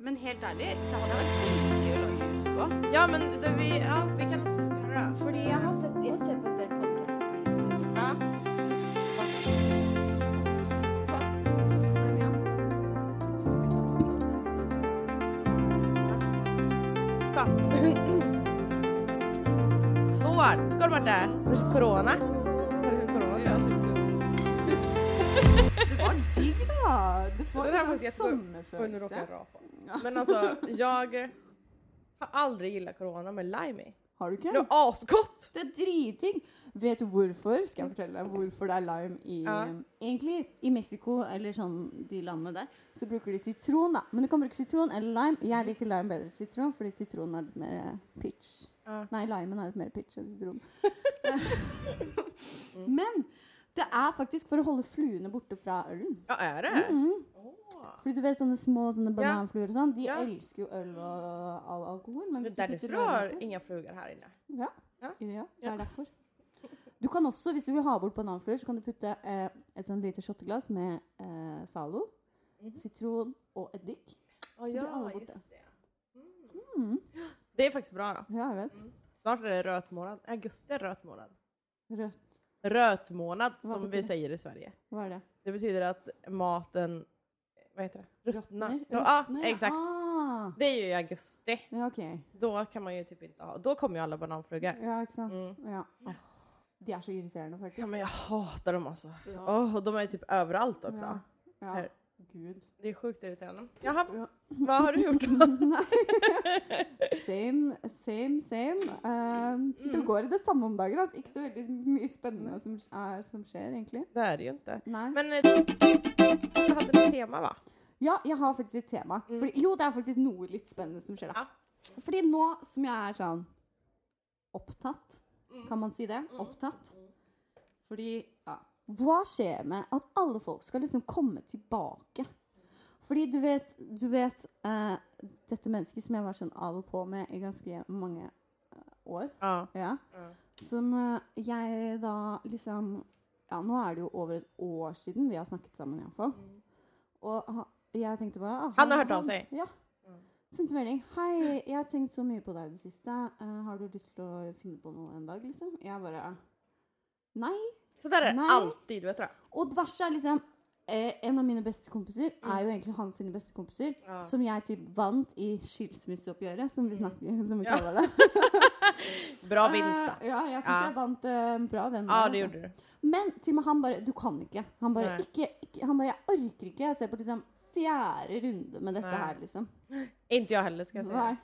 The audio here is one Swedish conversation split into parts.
men helt ærlig, det hadde vært kjempegøy å lage YouTube på. Ja, men det, vi, ja, vi kan absolut göra det. Fordi jeg har sett, jeg ser på en del podcaster. Ja. Fan. Skål! Skål Marte! Kanske corona? Kanske corona till oss. Det var digg, da. Du får Det der var en jättebra. Oj, nu råkade sommerfølelse. jag rapa. Men alltså, jag har aldrig gillat corona med lime i. Har du Det ikke? var asgott! Det er dritdigg. Vet du hvorfor? Skal jeg fortelle deg hvorfor det er lime i Ja. Egentlig i Mexico eller sånn de landene der, så bruker de sitron, da. Men du kan bruke sitron eller lime. Jeg liker lime bedre enn sitron, fordi sitronen er litt mer eh, pitch. Ja. Nei, limen er litt mer pitch enn sitron. Men det er faktisk for å holde fluene borte fra ølen. Ja, är det? Mm. Åh. Fordi du vet sånne små sånne bananfluer og sånn, de Ja. elsker jo øl og all alkohol. Men Det är hvis därför du putter du lime har oppi- inga flugor här inne. ja. Ja. ja, det er derfor. Du kan også, Hvis du vil ha bort bananfluer, så kan du putte eh, et sånn lite shotteglass med eh, Zalo, Mhm. sitron og eddik. Oh, blir alla borta. det. Mm. Mm. Det är faktiskt bra då. Ja, jeg vet. Snart är det röt månad. Augusti är röt månad. Rødt. Röt månad Vad som betyder vi det? säger i Sverige. Hva er det? Det betyder att maten, vad heter det? Ruttnar. Ruttner? Ja, Ruttner, exakt. Ah. Det är ju i augusti. Ja, OK. Då kan man ju typ inte ha, då kommer ju alla bananflugor. Ja, ikke sant. Mm. Ja. Åh, de er så irriterende, Ja, faktisk. men jag hatar dem alltså. Ja. Åh, och de är ju typ överallt också. Ja. Ja. Här. Gud. Det är sjukt irriterande. Jaha, Ja. vad har du gjort då? Nei. Same, same, same. Um, Det Mm. går i det samme om dagen. Altså. Ikke så veldig mye spennende som, er, som skjer, egentlig. Det är det ju inte. Nei. Men eh, du hade något tema va? Ja, jeg har faktisk et tema. Mm. Fordi, jo, det er faktisk noe litt spennende som skjer. da. Fordi nå som jeg er sånn opptatt, kan man si det? Opptatt. Fordi ja. Hva skjer med at alle folk skal liksom komme tilbake? Fordi du vet, du vet eh, dette mennesket som jeg var sånn av og på med i ganske mange eh, år. Ja. Ja. Ja. Som eh, jeg da liksom Ja, nå er det jo over et år siden vi har snakket sammen, iallfall. Og ha- jeg tenkte bare ah, Han har hørt av seg. Ja. Mm. Sendte melding. 'Hei, jeg har tenkt så mye på deg i det siste. Eh, har du lyst til å finne på noe en dag?' liksom? Jeg bare Nei. Så där är det Nej. alltid vet du. Og det verste er liksom eh, En av mine beste kompiser er jo egentlig hans sine beste kompiser. Mm. Ja. Som jeg typ vant i skilsmisseoppgjøret, som vi snakker som vi Ja. kaller det. Bra vinst då. Eh, ja, jeg syns Ja. jeg vant eh, en bra venn. Ja, der, det altså. gjorde du. Men til og med han bare Du kan ikke. Han bare, Nei. ikke, ikke Han bare Jeg orker ikke. Jeg ser på liksom fjerde runde med dette Nei. her, liksom. Inte jag heller ska jag säga. Nei.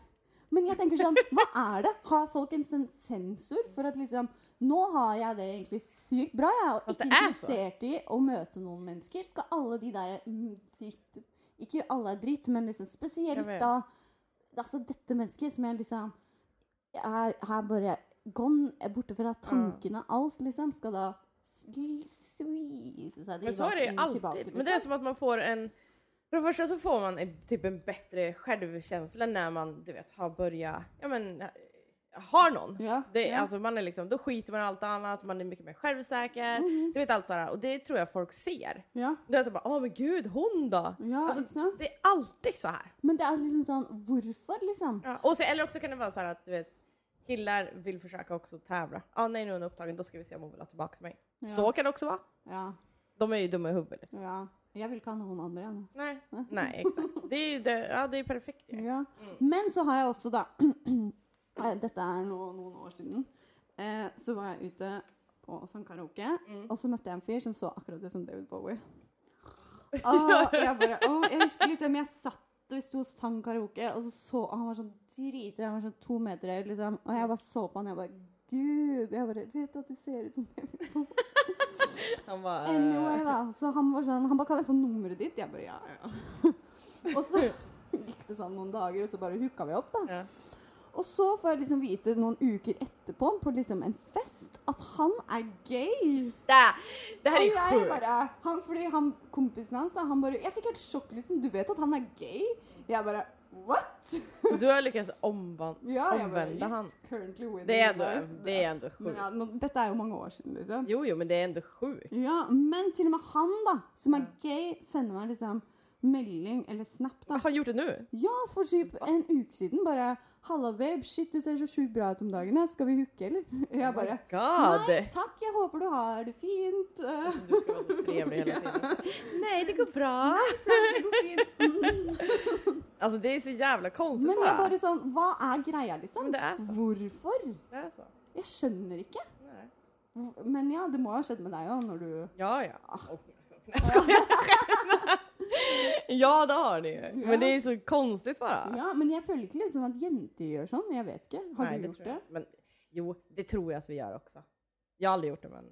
Men jeg tenker sånn Hva er det? Har folk en sånn sensor for at liksom Nå har jeg det egentlig sykt bra, jeg, og At ikke det er så. interessert i å møte noen mennesker. Skal alle de der mm, dritt Ikke alle er dritt, men liksom Jeg spesielt vet. da Altså dette mennesket som jeg liksom er, er bare gone, er borte fra tankene. Alt liksom skal da sli- svise seg Men så är det ju inn alltid. Men det är liksom. som att man får en... För det första så får man en, typ en bättre självkänsla när man du vet, har börjat... Ja men, eh, har någon. ja, Det, är- ja. alltså, man är liksom, då skiter man i allt annat, man är mycket mer självsäker. Mhm. Du vet allt sådär. Och det tror jag folk ser. ja. Det är så bara, åh men gud, hon då? Ja, ikke alltså, sant? det är alltid så här. Men det er liksom sånn Hvorfor, liksom? Ja. Och så, eller också kan det vara så här att du vet, killar vill försöka också tävla. Ja, ah, nej nu är hon upptagen, då ska vi se om hon vill ha tillbaka mig. Ja. Så kan det också vara. Ja. De är ju dumma i huvudet. ja. Jeg vil ikke ha noen andre. Jeg. nå. Nej, nej exakt. Det är ju det, ja, det är perfekt ju. Ja. Men så har jeg også, da eh, Dette er nå noen år siden. Eh, så var jeg ute på sånn karaoke, og så møtte jeg en fyr som så akkurat ut som David Bowie. Ah, jeg bare, åh, jeg husker liksom, jeg satt og vi sto og sang karaoke, og så så han var sånn drithøy, han var sånn to meter høy, liksom. Og jeg bare så på han, jeg bare Gud! Jeg bare Vet du at du ser ut som David Bowie? Han bara... eh, Anyway, da. Så han var sånn Han bare Kan jeg få nummeret ditt? Jeg bare Ja, ja. og så gikk det sånn noen dager, og så bare hooka vi opp, da. Ja. Og så får jeg liksom vite noen uker etterpå på liksom en fest at han er gay. Det, det här är Og jeg sjukt. bare, han, fordi han, Kompisen hans da, han bare Jeg fikk helt sjokk. liksom, Du vet at han er gay? Jeg bare What?! Så Du har lyckats omvandla... Ja, jeg bare, Omvända han. "He's currently with Det är his ändå, wife." det är ändå men sjukt. ja, nå, Dette er jo mange år siden, liksom. Jo, jo, men det är ändå sjukt. Ja, Men til og med han, da, som er gay, sender meg liksom melding eller snap da. Jag har gjort det nu. Ja, for typ en uke siden bare 'Halla, babe. Shit, du ser så sjukt bra ut om dagen. her. Skal vi hooke, eller?' Jeg bare Oh God! Nei takk, jeg håper du har det fint. Eh, Alltså, du ska vara så trevlig hela tiden. Nej, det går bra. takk, det går fint. Mm. Alltså det är så jävla konstigt Men jeg bara. bare sånn Hva er greia, liksom? Men det altså- är så. Hvorfor? Det är så. Jeg skjønner ikke. Nej. Hvor- Men ja, det må jo ha skjedd med deg òg, når du Ja, ja. Oh, nej, jag skojar. ja, det har ni ju. Men det är så konstigt bara. Ja, men jeg føler ikke liksom at jenter gjør sånn. Jeg vet ikke. Har Nej, du det gjort tror jag. det? Men, jo, det tror jag att vi gör också. Jag har aldrig gjort det, men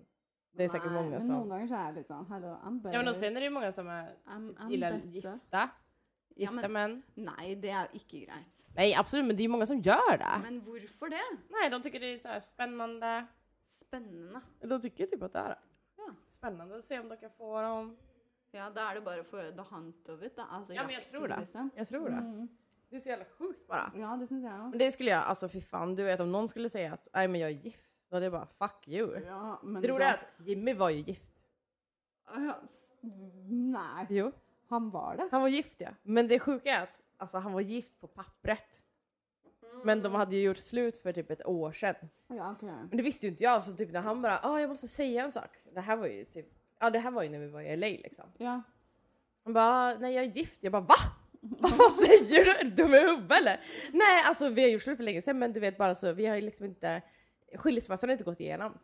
det är säkert Nei, många Men noen som... ganger så er jeg litt sånn Hello, I'm altså. better. Ja, men och sen är det ju många som är, I'm- typ, I'm gillar better. gifta. Ja, Gifta men- män. Nei, det er jo ikke greit. Nej, absolut, men det är ju många som gör det. Men hvorfor det? Nej, de tycker det är så här spännande. Spennende. De tycker typ att det är Ja. spännande att se om de kan få dem. Ja, da er det bare for the hunt of it, da. Altså, Ja, men jeg jakten, tror det. Liksom. Jag tror det. Mm. Det är så jävla sjukt bara. Ja, det syns jeg òg. Men det skulle jeg, alltså fy fan, du vet om någon skulle säga att nej men jag är gift, då hade jag bara fuck you. Ja, men det roliga är att Jimmy var ju gift. Ja, s- Nei. Jo. Han var det. Han var gift ja. Men det sjuka är att alltså, altså, han var gift på pappret. Men de hade ju gjort slut för typ ett år sedan. Ja, ok. Men det visste ju inte jag så typ när han bara ah jag måste säga en sak. Det här var ju typ, ja det här var ju när vi var i LA liksom. Ja. Han bara, nej jag är gift. Jag bara, va? Vad fan säger du? Är du dum i huvudet eller? Nej alltså vi har gjort slut för länge sedan men du vet bara så, vi har ju liksom inte, skilsmässan har inte gått igenom.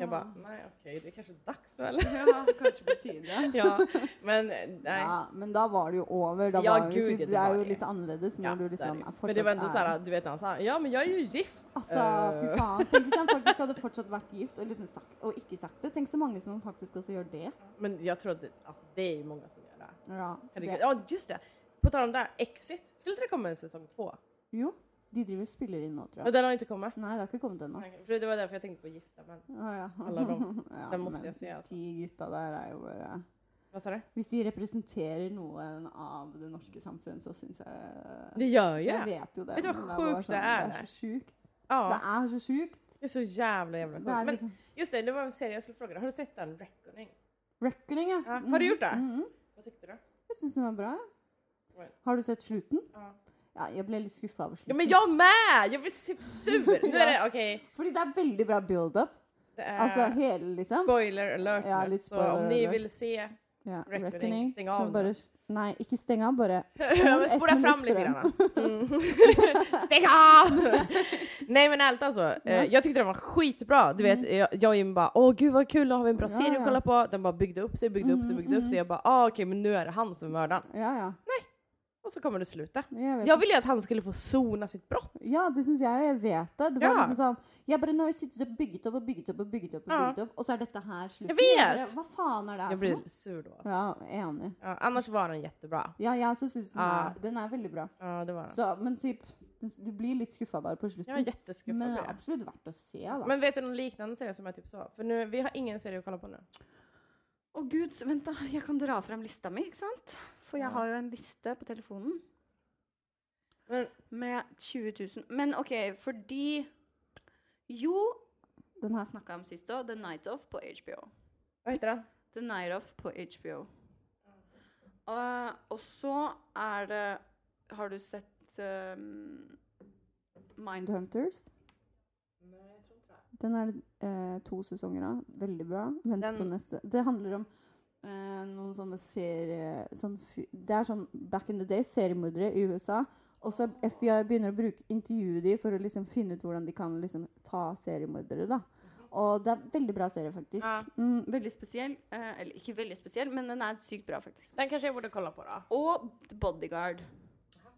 Jag bara, nej okej det är kanske dags då eller? Ja, kanskje på tide. Ja, men nej. Ja, Ja, men da var det jo over. Da Ja, var det jo gud, ikke- ja, det det er var jo det. litt annerledes når du där är liksom det. er men det var sånn ändå er- såhär, du vet när han sa, ja men jag är ju gift. Altså, Eh. fy faen. Tenk hvis han faktisk hadde fortsatt vært gift og, liksom sagt, og ikke sagt det. Tenk så mange som faktisk også gjør det. Men jag tror att det, alltså, det är ju många som gör det. Ja, Herregud. det. Ja just det, på tal om det, här, Exit, skulle inte det komma en säsong två? Jo, de driver og spiller inn nå, tror Men jeg. den har inte kommit. Nei, det har ikke kommet ennå. För det var därför jag tänkte på gifta men, Ah, ja. Alla de. Ja, Den måste men jag se, alltså. De gutta der er jo bare vad sa du? Hvis de representerer noen av det norske samfunn, så syns jeg Det gör ju Jeg det. vet jo det. Vet du hva men det er bare sånn, sjukt det er, Det det? er så sjukt. Ja. Det er så sjukt. Det är så jävla jävla Det er sjukt. Men liksom just det, det var en serie jag skulle fråga dig. Har du sett den? Reckoning? Reckoning, ja. Ja, har Mhm, du gjort det? mhm. Vad tyckte du? Jeg syns den var bra. Well. jeg. Har du sett slutten? Ja. Ja, jeg ble litt skuffa over Ja slutten. men jag med! Jag blir typ sur! Nu är det, okej. Fordi det er veldig bra build-up. det är Altså hele, liksom. spoiler alert Ja, nu. lite Så spoiler om ni eh, alert. vill se... Ja, Reckoning. reckoning. Steng av Så Bare, nei, ikke steng av, bare Men ett Spola fram minutt lite frem. grann. Mm. Stäng av! Nej men ärligt alltså. eh, Ja. Mhm. Jag tyckte den var skitbra. Du vet, jag, jag och Jim bara åh gud vad kul, då har vi en bra Ja, serie ja. att kolla på. Den bara byggde upp sig, byggde upp sig, Mm, byggde upp sig. Jag bara ah, okej men nu är det han som är mördaren. Ja, ja. Och så kommer det sluta. Jeg vet. Jag ville ju att han skulle få sona sitt brott. ja, det syns jeg. Jeg vet det. Det var Ja. liksom sånn Jeg bare nå har jeg sittet og bygget opp og bygget opp, og bygget opp, og Ja. bygget opp, og så er dette her slutten. Jeg vet! bare, Hva faen er det Jag her for blir noe? sur då. alltså. Ja, enig. Ja, annars var den jättebra. Ja, jeg også syns den, Ja. er- den er veldig bra. Ja, det var den. Så, men typ, du blir litt skuffa bare på Jag är slutten. jätteskuffad men det på er det. absolutt verdt å se, da. Men vet du någon liknande serie som är typ så? För nu, vi har ingen serie att kolla på nu. Å gud, vent da. Jeg kan dra frem lista mi, ikke sant? For Ja. jeg har jo en liste på telefonen Men med 20 000. Men OK, fordi Jo, den her snakka om sist òg. The Night Off på HBO. vad heter den? The Night Off på HBO. Eh, og så er det Har du sett um, Mind Mindhunters. Den er det eh, to sesonger av. Veldig bra. Vent Den- på neste. Det handler om eh, noen sånne serie... Sånn, fy- det er sånn back in the day, seriemordere i USA. Og så FBI begynner å bruke, intervjue de for å liksom finne ut hvordan de kan liksom ta seriemordere. da. Og det er veldig bra serie, faktisk. Ja. Mm, Veldig spesiell. eh, eller ikke veldig spesiell, men den er sykt bra, faktisk. Den kanske jag borde kolla på då. Og The Bodyguard.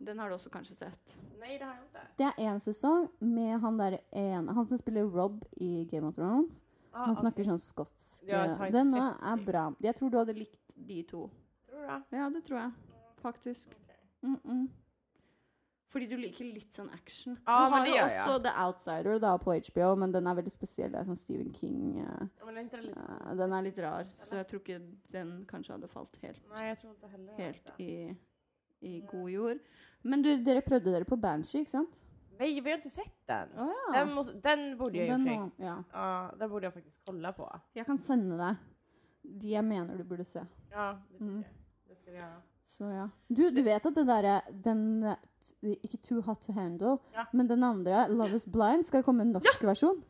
Den har du också kanske sett. Nej det har jag inte. det er én sesong med han der en, Han som spiller Rob i Game of Thrones. Ah, han snakker sånn skotsk. Ja, jeg har ikke Den sett er det. bra. Jeg tror du hadde likt Likt de to. Tror du det? Ja, det tror jeg. Faktisk. mm -mm. Fordi du liker litt sånn action. Ja, du har Ah, men det jo gör også jag. The Outsider da, på HBO, men den er veldig spesiell. Det er sånn Stephen King. eh, Ja, men är inte det lite eh, konstigt? den er litt Litt rar, så jeg tror ikke den kanskje hadde falt helt, Nej jag tror inte heller helt det. i, i god jord. Men du, dere prøvde dere på Banshee, ikke sant? Nej vi har inte sett den. Å ja. Den, måste, den borde jag Ah. Den ju må- ja. Ja, den borde jag faktiskt kolla på. Jeg kan sende deg de jeg mener du burde se. Ja, det tycker Mm. jag. Det ska jag göra. Så Så ja. Du, du vet at det derre den eh, t- Ikke Too Hot To Handle, Ja. men den andre, Love Is Blind, skal komme en norsk versjon.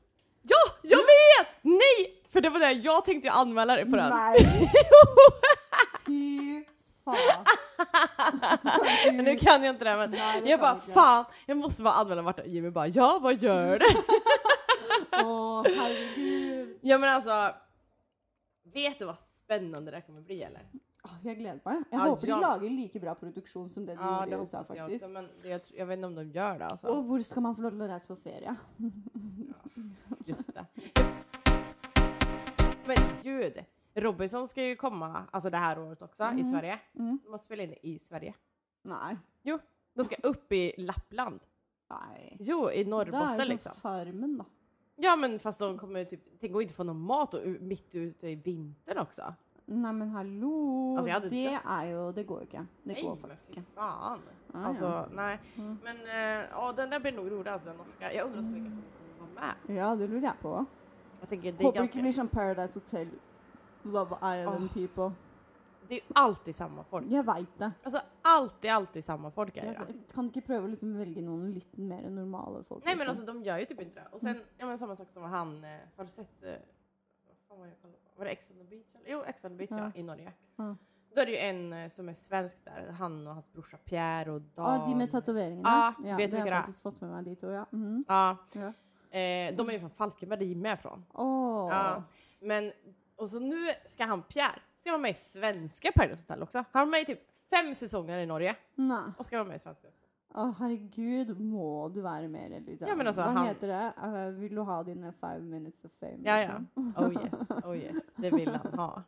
Ja, jag vet! Nej! För det var det jag tänkte jag anmäla dig på den. Fy faen. Men nu kan jag inte det men Nej, det jag kan bara vi inte. fan, jag måste bara anmäla Marta. Jimmy bara ja, vad gör du? Åh, herregud. ja men alltså, vet du vad spännande det här kommer bli eller? Åh, jeg gleder meg. Jeg Ja, håper de ja. lager like bra produksjon som det de gjorde i USA, jag också faktisk. men det, jag, tror- jag vet inte om de gör det altså. alltså. Og hvor skal man få lov til å reise på ferie? Just det. Men gud, Robinson ska ju komma, alltså altså det här året också, i Sverige. Mm. De måste spela in i Sverige. Nei. De ska upp i Lappland. Nei. Jo, i Det er Norrbotten jo liksom. som Farmen, da. Ja men fast de kommer typ, tänk att inte få någon mat och, u- mitt ute i vintern också. Nei, men hallo. Altså, jeg hadde det dødd. er jo Det går jo ikke. Det går men faktisk fy ikke. Ah, fan. Ja, alltså ja. nej. Mm. Men eh, ja, den där blir altså, nog rolig alltså den norska. Jag undrar så mycket som kommer vara med. Ja, det lurer jeg på. Jag tänker det är Håper det ganska, ikke blir sånn Paradise Hotel, Love Island people. det är ju alltid samma folk. Jeg veit det. Alltså alltid, alltid samma folk är Jeg det. ja. kan ikke prøve å liksom velge noen litt mer normale folk. Nej men altså, liksom. alltså de gör ju typ inte det. Och sen, ja men samma sak som han, eh, har du sett, eh, vad fan var det jag kollade på? Var det Ex on the beach? Eller? Jo, Ex on the beach ja, Ja. i Norge. Ja. Då är det ju en eh, som är svensk där, han och hans brorsa Pierre och Dan. ah, De med tatoveringene? Ja, ja, Ah, vet det du har hva jeg det er? faktisk fått med meg, de to. ja. Mhm. Ja. Ja. Eh, de är ju från Falkenberg, där Jimmy är från. Åh. Ja. Men, och så nu ska han Pierre, ska vara med i svenska Paradise Hotel också. Han var med i typ fem säsonger i Norge Nei. och ska vara med i svenska. också. Å, herregud, må du være mer Elisa? Ja, men altså, Hva han- heter det? Eh, vil du ha dine five minutes of fame? Ja, ja. liksom? Oh yes, oh yes. Det vill han ha.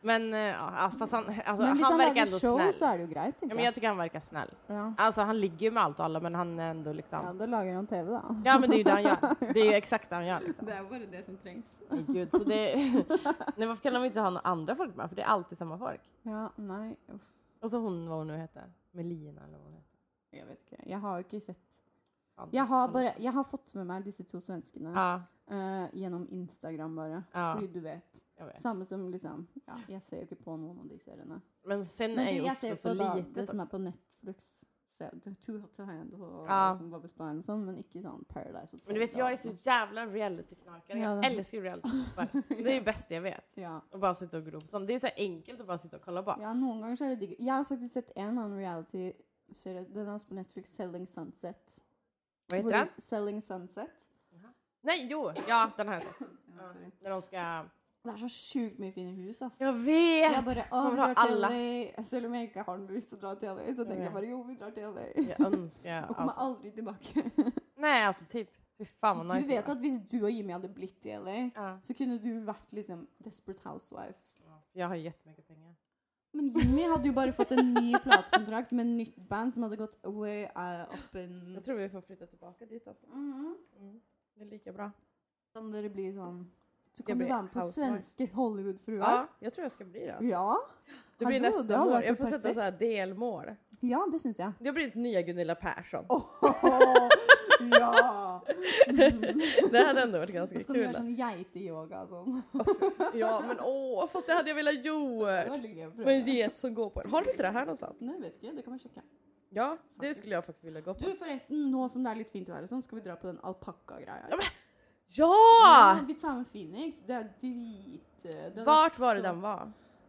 Men eh, ja, alltså, fast han, alltså, men altså, han, hvis han, verkar ändå lager show, så snäll. er det jo greit, Ja, tenker men jeg. jag tycker han verkar snäll. Ja. Alltså Altså, han ligger ju med allt och alla men han är ändå ja, liksom... da lager han TV, da. Ja men det är ju det han gör. Det är ju exakt det han gör liksom. er bare det som trengs. Men Gud, så det... Nej varför kan de inte ha några andra folk med? För det är alltid samma folk. Ja, nei, uff, Och så hon, vad hon nu heter. Melina eller vad hon heter. jeg vet inte. Jag har jo ikke sett Fan, Jeg har, kolla. bare, jeg har fått med meg disse to svenskene Ja, eh, gjennom Instagram, bare. Ja. Fordi du vet. jag vet. Samme som liksom Ja, jeg ser jo ikke på noen av de seriene. Men sen Men är det, ju jeg ser Oslo så på da, litet det som också. er på Netflix. Se, The Too Hot To Handle og Ja. liksom Bob Esponja og sånn, men ikke sånn Paradise Hotel. Men du vet, jag är så jävla reality-knarkare. sånn. Ja, Jag det- älskar reality-knoppar. Det är det bästa jag vet. ja. Och bara sitta och gro på sånt. Det är så enkelt att bara sitta och kolla på. ja, noen ganger så er det digg. Jeg har faktisk sett en annen reality-serie. Den er også på Netflix, Selling Sunset. Vad heter Hvor den? de- Selling Sunset. Nej, jo! Ja, den här. Ja, sorry. När de ska... Det er så sjukt mye fine hus, ass. Jag vet! Jeg bare, å, Man vi vill ha drar til alla. LA. Selv om jeg ikke har noe lyst til å dra til LA, så tenker vet. jeg bare jo, vi drar til LA. Jag önskar... Og kommer Alltså, aldri tilbake. nej, alltså altså- typ. Fy fan vad nice Du vet det var. at hvis du og Jimmy hadde blitt i LA, Ja. så kunne du vært liksom Desperate Housewives. Ja, Jag har jättemycket pengar. Men Jimmy hadde jo bare fått en ny platekontrakt med nytt band som hadde gått way uh, up in Jag tror vi får flytta tillbaka dit alltså. Mhm. Mm. Det är lika bra. Kan dere bli sånn Så Jeg kan du blir være med på housewife. svenske Hollywoodfruer. Ja, jag tror jag ska bli det. altså. Ja. Det blir Hallå, det nästa har mål. varit Jag får perfekt. sätta så här delmål. ja, det syns jeg. Det blir ett nya Gunilla Persson. Åh, ja! Det hade ändå varit Så ganska skal du kul. gjøre sånn geiteyoga og sånn. Ja men åh, fast det hade jag velat Det gjort. var litt gøy å prøve. Med en get som går på en. Har de inte det här någonstans? Nei, jeg vet ikke. Det kan man sjekke. Ja, det skulle jag faktiskt vilja gå Du, på. forresten, nå som det er litt fint vær og sånn, skal vi dra på den alpakkagreia. Ja, Ja! Ja, Vi tar med Phoenix. Det er drit... eh, den er Mm. Vart var det så- den var?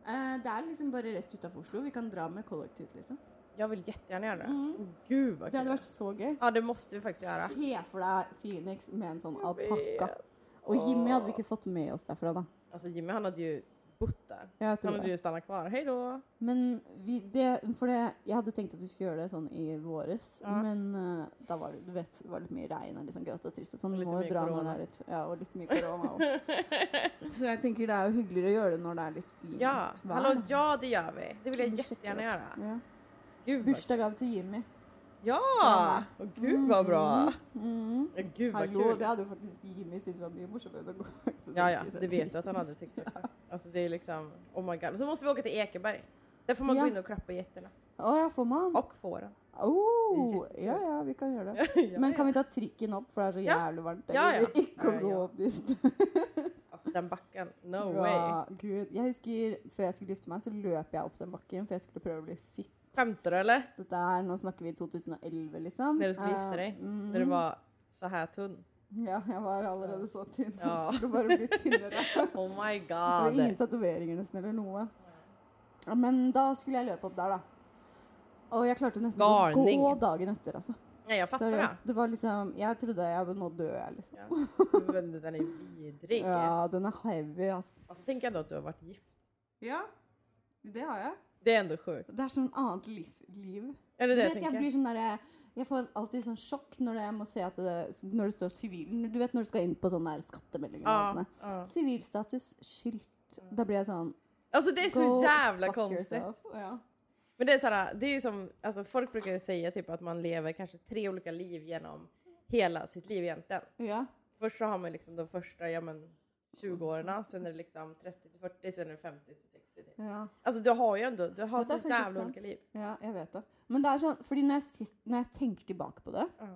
Eh, det är liksom bara rätt utanför Oslo. Vi kan dra med kollektivt liksom. Jag vill jättegärna göra det. Mm. Gud vad Det hade kul. varit så gøy. Ja det måste vi faktiskt göra. Se för dig Phoenix med en sån Jag vet. alpacka. Och Jimmy hade vi Åh. inte fått med oss därifrån då. Alltså Jimmy han hade ju bott där. Jag Han tror hade det. ju stannat kvar. Hej då! Men vi, det, för det, jag hade tänkt att vi skulle göra det sån i våras. Ja. Men eh, då var det, du vet, det var lite mer regn och liksom grått och trist och sånt. Och lite Och mer dra corona. när det, ja, och lite mer corona. Och. så jag tänker det är hyggligare att göra det när det är lite fint Ja, vær. hallå, ja det gör vi. Det vill jag Vi checkar jättegärna göra. Ja. Gud vad, Bursdag av till Jimmy. ja! Och gud vad bra! Mm. Ja, Gud vad Hallå, det kul! hade faktiskt Jimmy syntes var mye morsommere enn å gå ut. Ja, ja, det vet du att han hade tyckt också. Alltså det är liksom, oh my god. Så måste vi åka till Ekeberg. Där får man gå Ja. in och klappa getterna. Å ja, får man? Och fåren. Oh, Det er ja ja, vi kan gjøre det. Ja, Men ja. kan vi ta trikken opp, for det er så Ja. jævlig varmt. Ja, ja. Jeg gidder ikke Ja, å gå ja. opp dit. Alltså Altså, den backen, no way. Ja, Gud. Jeg husker før jeg skulle gifte meg, så løp jeg opp den bakken, for jeg skulle prøve å bli fitt. Skämtar du eller? Dette er, Nå snakker vi 2011, liksom. Når du skulle gifte deg? Eh, mm, När du var så här tunn. Ja, jeg var allerede så tynn. Ja. Jeg skulle bare bli tynnere. Oh my Og ingen god. tatoveringer nesten, eller noe. Ja, men da skulle jeg løpe opp der, da. Og jeg klarte nesten Varning. å gå dagen etter, altså. Nej jag fattar det. Det var liksom Jeg trodde jeg nå dør jeg, liksom. Men den är vidrig. Altså, Ja, den er heavy, ass. Alltså tänk ändå att du har varit gift. Ja. Det har jeg. Det är ändå sjukt. Det er sånn annet liv. liv. Är det det Du jag vet, jeg tänker? blir sånn derre jeg får alltid sånn sjokk når jeg må se at det, når det står sivil Du vet når du skal inn på sånne der skattemeldinger og Ja, sånne. ja. Sivilstatus, skilt Da blir jeg sånn Alltså Altså, det är go så jävla fuck konstigt. yourself. Ja. Men det är såhär, det är ju som, alltså folk brukar ju säga typ att man lever kanske tre olika liv genom hela sitt liv egentligen. ja. Först så har man liksom de första, ja men 20 åren, sen är det liksom 30 till 40, sen är det 50 till 60. Typ. Ja. Alltså du har ju ändå, du har Men det är så faktiskt jävla sant. olika liv. Ja, jeg vet det. Men det er sånn, fordi når jeg, sit- når jeg tenker tilbake på det, Ja.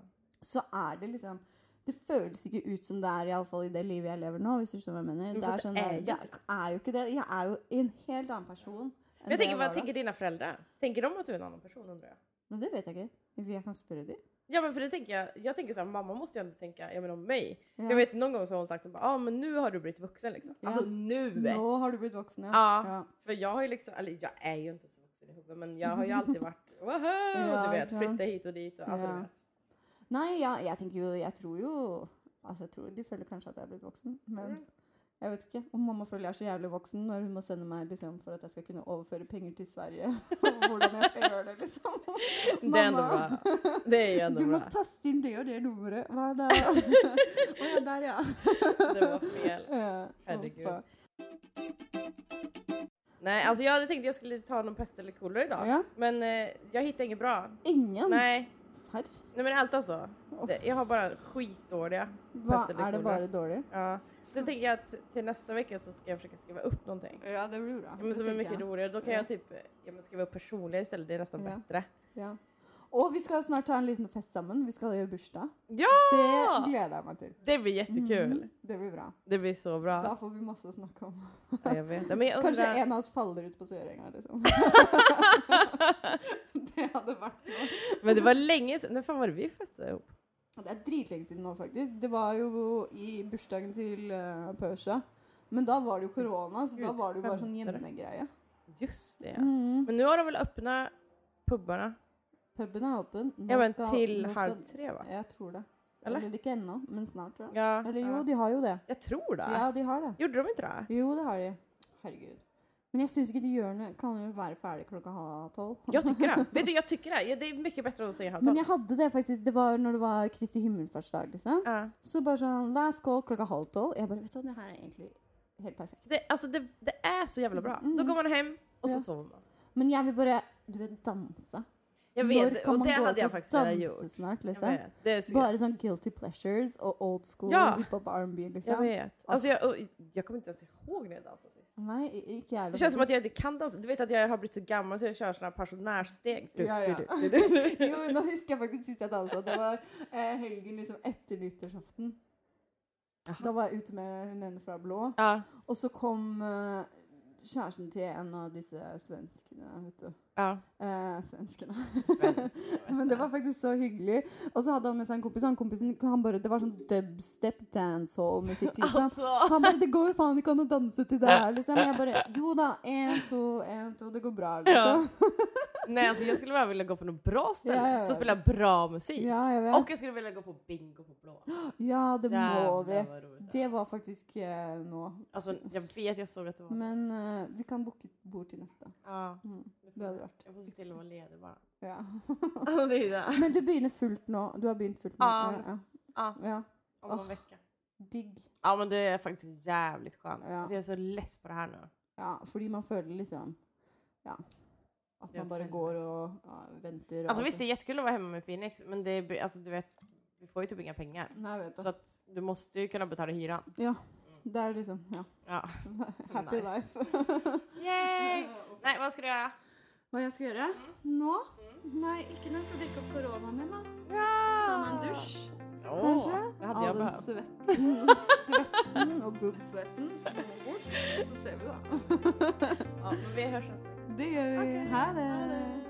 så er det liksom Det føles ikke ut som det er i, alle fall i det livet jeg lever nå, hvis du skjønner hva jeg mener. Jo, Det fast er, sånn, det er jo der- det er jo ikke det. Jeg er jo en helt annen person. enn Men jag det tänker, var vad da. tänker dina föräldrar? Tänker de att du är en annan person undrar jag? Men det vet jeg ikke. Hvis Jeg kan spørre dem. Ja men för det tänker jag, jag tänker såhär, mamma måste ju ändå tänka, ja men om mig. Ja. Jag vet någon gång så har hon sagt, ja ah, men nu har du blivit vuxen liksom. Ja. Alltså nu! Nå har du blitt voksen, ja. Ja. Ja. För jag har ju liksom, eller jag är ju inte så vuxen i huvudet men jag har ju alltid varit woho! Ja, du vet, sant. flytta hit och dit och alltså Ja. du vet. Nei, ja, jeg tenker jo Jeg tror jo Altså, jeg tror de føler kanskje at jeg er blitt voksen, Mm. men jeg vet ikke om mamma føler jeg er så jævlig voksen når hun må sende meg liksom, for at jeg skal kunne overføre penger til Sverige. og Hvordan jeg skal gjøre det, liksom. Mm. Det är ändå bra. Det är ju ändå Du må bra. taste inn det og det nummeret. Hva er det? Å ja, der, ja. Det var fel. Eh, Herregud. hoppa. Nej, alltså jag hade tänkt att jag skulle ta någon pest eller kolera idag. Ja. Men eh, jag hittade inget bra. Ingen? Nej, Serr? nej men allt alltså. Det, jag har bara skitdåliga. Hva Pest eller er det kolera? bare dårlig? Ja. Så jag tänker jag att till nästa vecka så ska jag försöka skriva upp någonting. Ja, det blir bra. Ja, men som är mycket roligare. Då kan Ja. jag typ eh, ja, men skriva upp personliga istället. Det är nästan Ja. bättre. Ja. Og vi skal snart ta en liten fest sammen. Vi skal gjøre bursdag. Det Ja! gleder jeg meg til. Det blir jättekul. Mhm. Det blir bra. Det blir så bra. Da får vi masse å snakke om. Ja, jag vet. Men jag Kanskje undrar, en av oss faller ut på Sørenga, liksom. det hadde vært noe. Men det var länge sedan. När fan var det vi festade ihop? Ja, Det er dritlenge siden nå, faktisk. Det var jo i bursdagen til uh, Persia. Men da var det jo korona, så da Gud, var det jo bare sånn femtere. hjemmegreie. Just det. Mm. Men nu har de väl öppna pubbarna? Puben er åpen. Nå Ja, men skal- till nå halv skal- tre va? Jeg tror det. Eller? Eller ikke ennå, men snart, tror jeg. Ja. Eller jo, ja. de har jo det. Jag tror det. Ja, de har det. Gjorde de inte det? Jo, det har de. Herregud. Men jeg syns ikke de gjør noe. Kan jo være ferdig klokka halv tolv. Jag tycker det. Vet du, jag tycker det. Ja, Det är mycket bättre än att säga halv Men tolv. jeg hadde det faktisk, det var når det var Kristi himmelfartsdag, liksom. Ja. Så bare sånn, la oss gå klokka halv tolv. Jeg bare, vet du hva, det her er egentlig helt perfekt. Det, alltså det, det är så jävla bra. Mm. Då går man hem och så Ja. sover man. Men jag vil bare, du vet, danse. Jag vet, och det hade jag faktiskt velat gjort. danse snart, Jag liksom? vet. Det är så Bare sånn guilty pleasures og old school Ja. hiphop R&B, Jag liksom. vet. Altså, Alltså jag, och jag kommer inte ens ihåg när jag dansade sist. Nei, i- ikke jeg. Det känns som att jag inte kan dansa. Du vet att jag har blivit så gammal så jag kör såna här pensionärssteg. Du, Ja, ja. du, du, du, du. Jo, nå husker jeg faktisk sist jeg dansa. Det var eh, helgen liksom etter nyttårsaften. Jaha. Da var jeg ute med hun ene fra Blå. Ja, Og så kom eh, kjæresten til en av disse svenskene, vet du. ja. Eh, svenskene. Men det var faktisk så hyggelig. Og så hadde han med seg en kompis. Han kompisen, han bare, det var sånn dubstep dancehall-musikk. Liksom. Alltså. Han bare 'Det går jo faen ikke an å danse til det her', liksom. Jeg bare 'Jo da, én, to, én, to, det går bra', liksom. Nej, alltså jag altså, skulle bara vilja gå på något bra ställe Ja, ja, ja. som spelar bra musik. Ja, jeg vet. Och jag skulle vilja gå på bingo på blå. Ja, det må vi. Jävlar vad roligt det Det var. var faktisk eh, nå. Alltså jag vet, jag såg att det var... Men eh, vi kan booke et bord til neste. Ja. Mm, det hadde vært Jag får se till att vara ledig bara. Ja. Alltså, det är det. Men du begynner fullt nå? Du har begynt fullt nå? Ja, Ja, ja, ja. ja. om någon Åh. vecka. Digg. Ja men det är faktiskt jävligt skönt. Ja. Alltså, jag är så less på det här nu. Ja, fordi man føler liksom Ja. At Ja, man bare det- går och ja, venter. Alltså visst det är jättekul att vara hemma med Phoenix men det är, alltså, du vet, vi får ju typ inga pengar. Nei, jeg vet Så det. att du måste ju kunna betala hyran. Ja. Det er liksom Ja. Ja. Happy Nice. life. Yay! Nej vad ska du göra? Hva jeg skal gjøre? Nå? Nei, ikke når jeg skal drikke opp koronaen min, da. Ja! Ta meg en dusj, Åh, kanskje. Det hade jag All den behövt. svetten, svetten og boobsvetten. Så ser vi, da. Ja, men vi hörs nästa Det gjør vi. Ha det.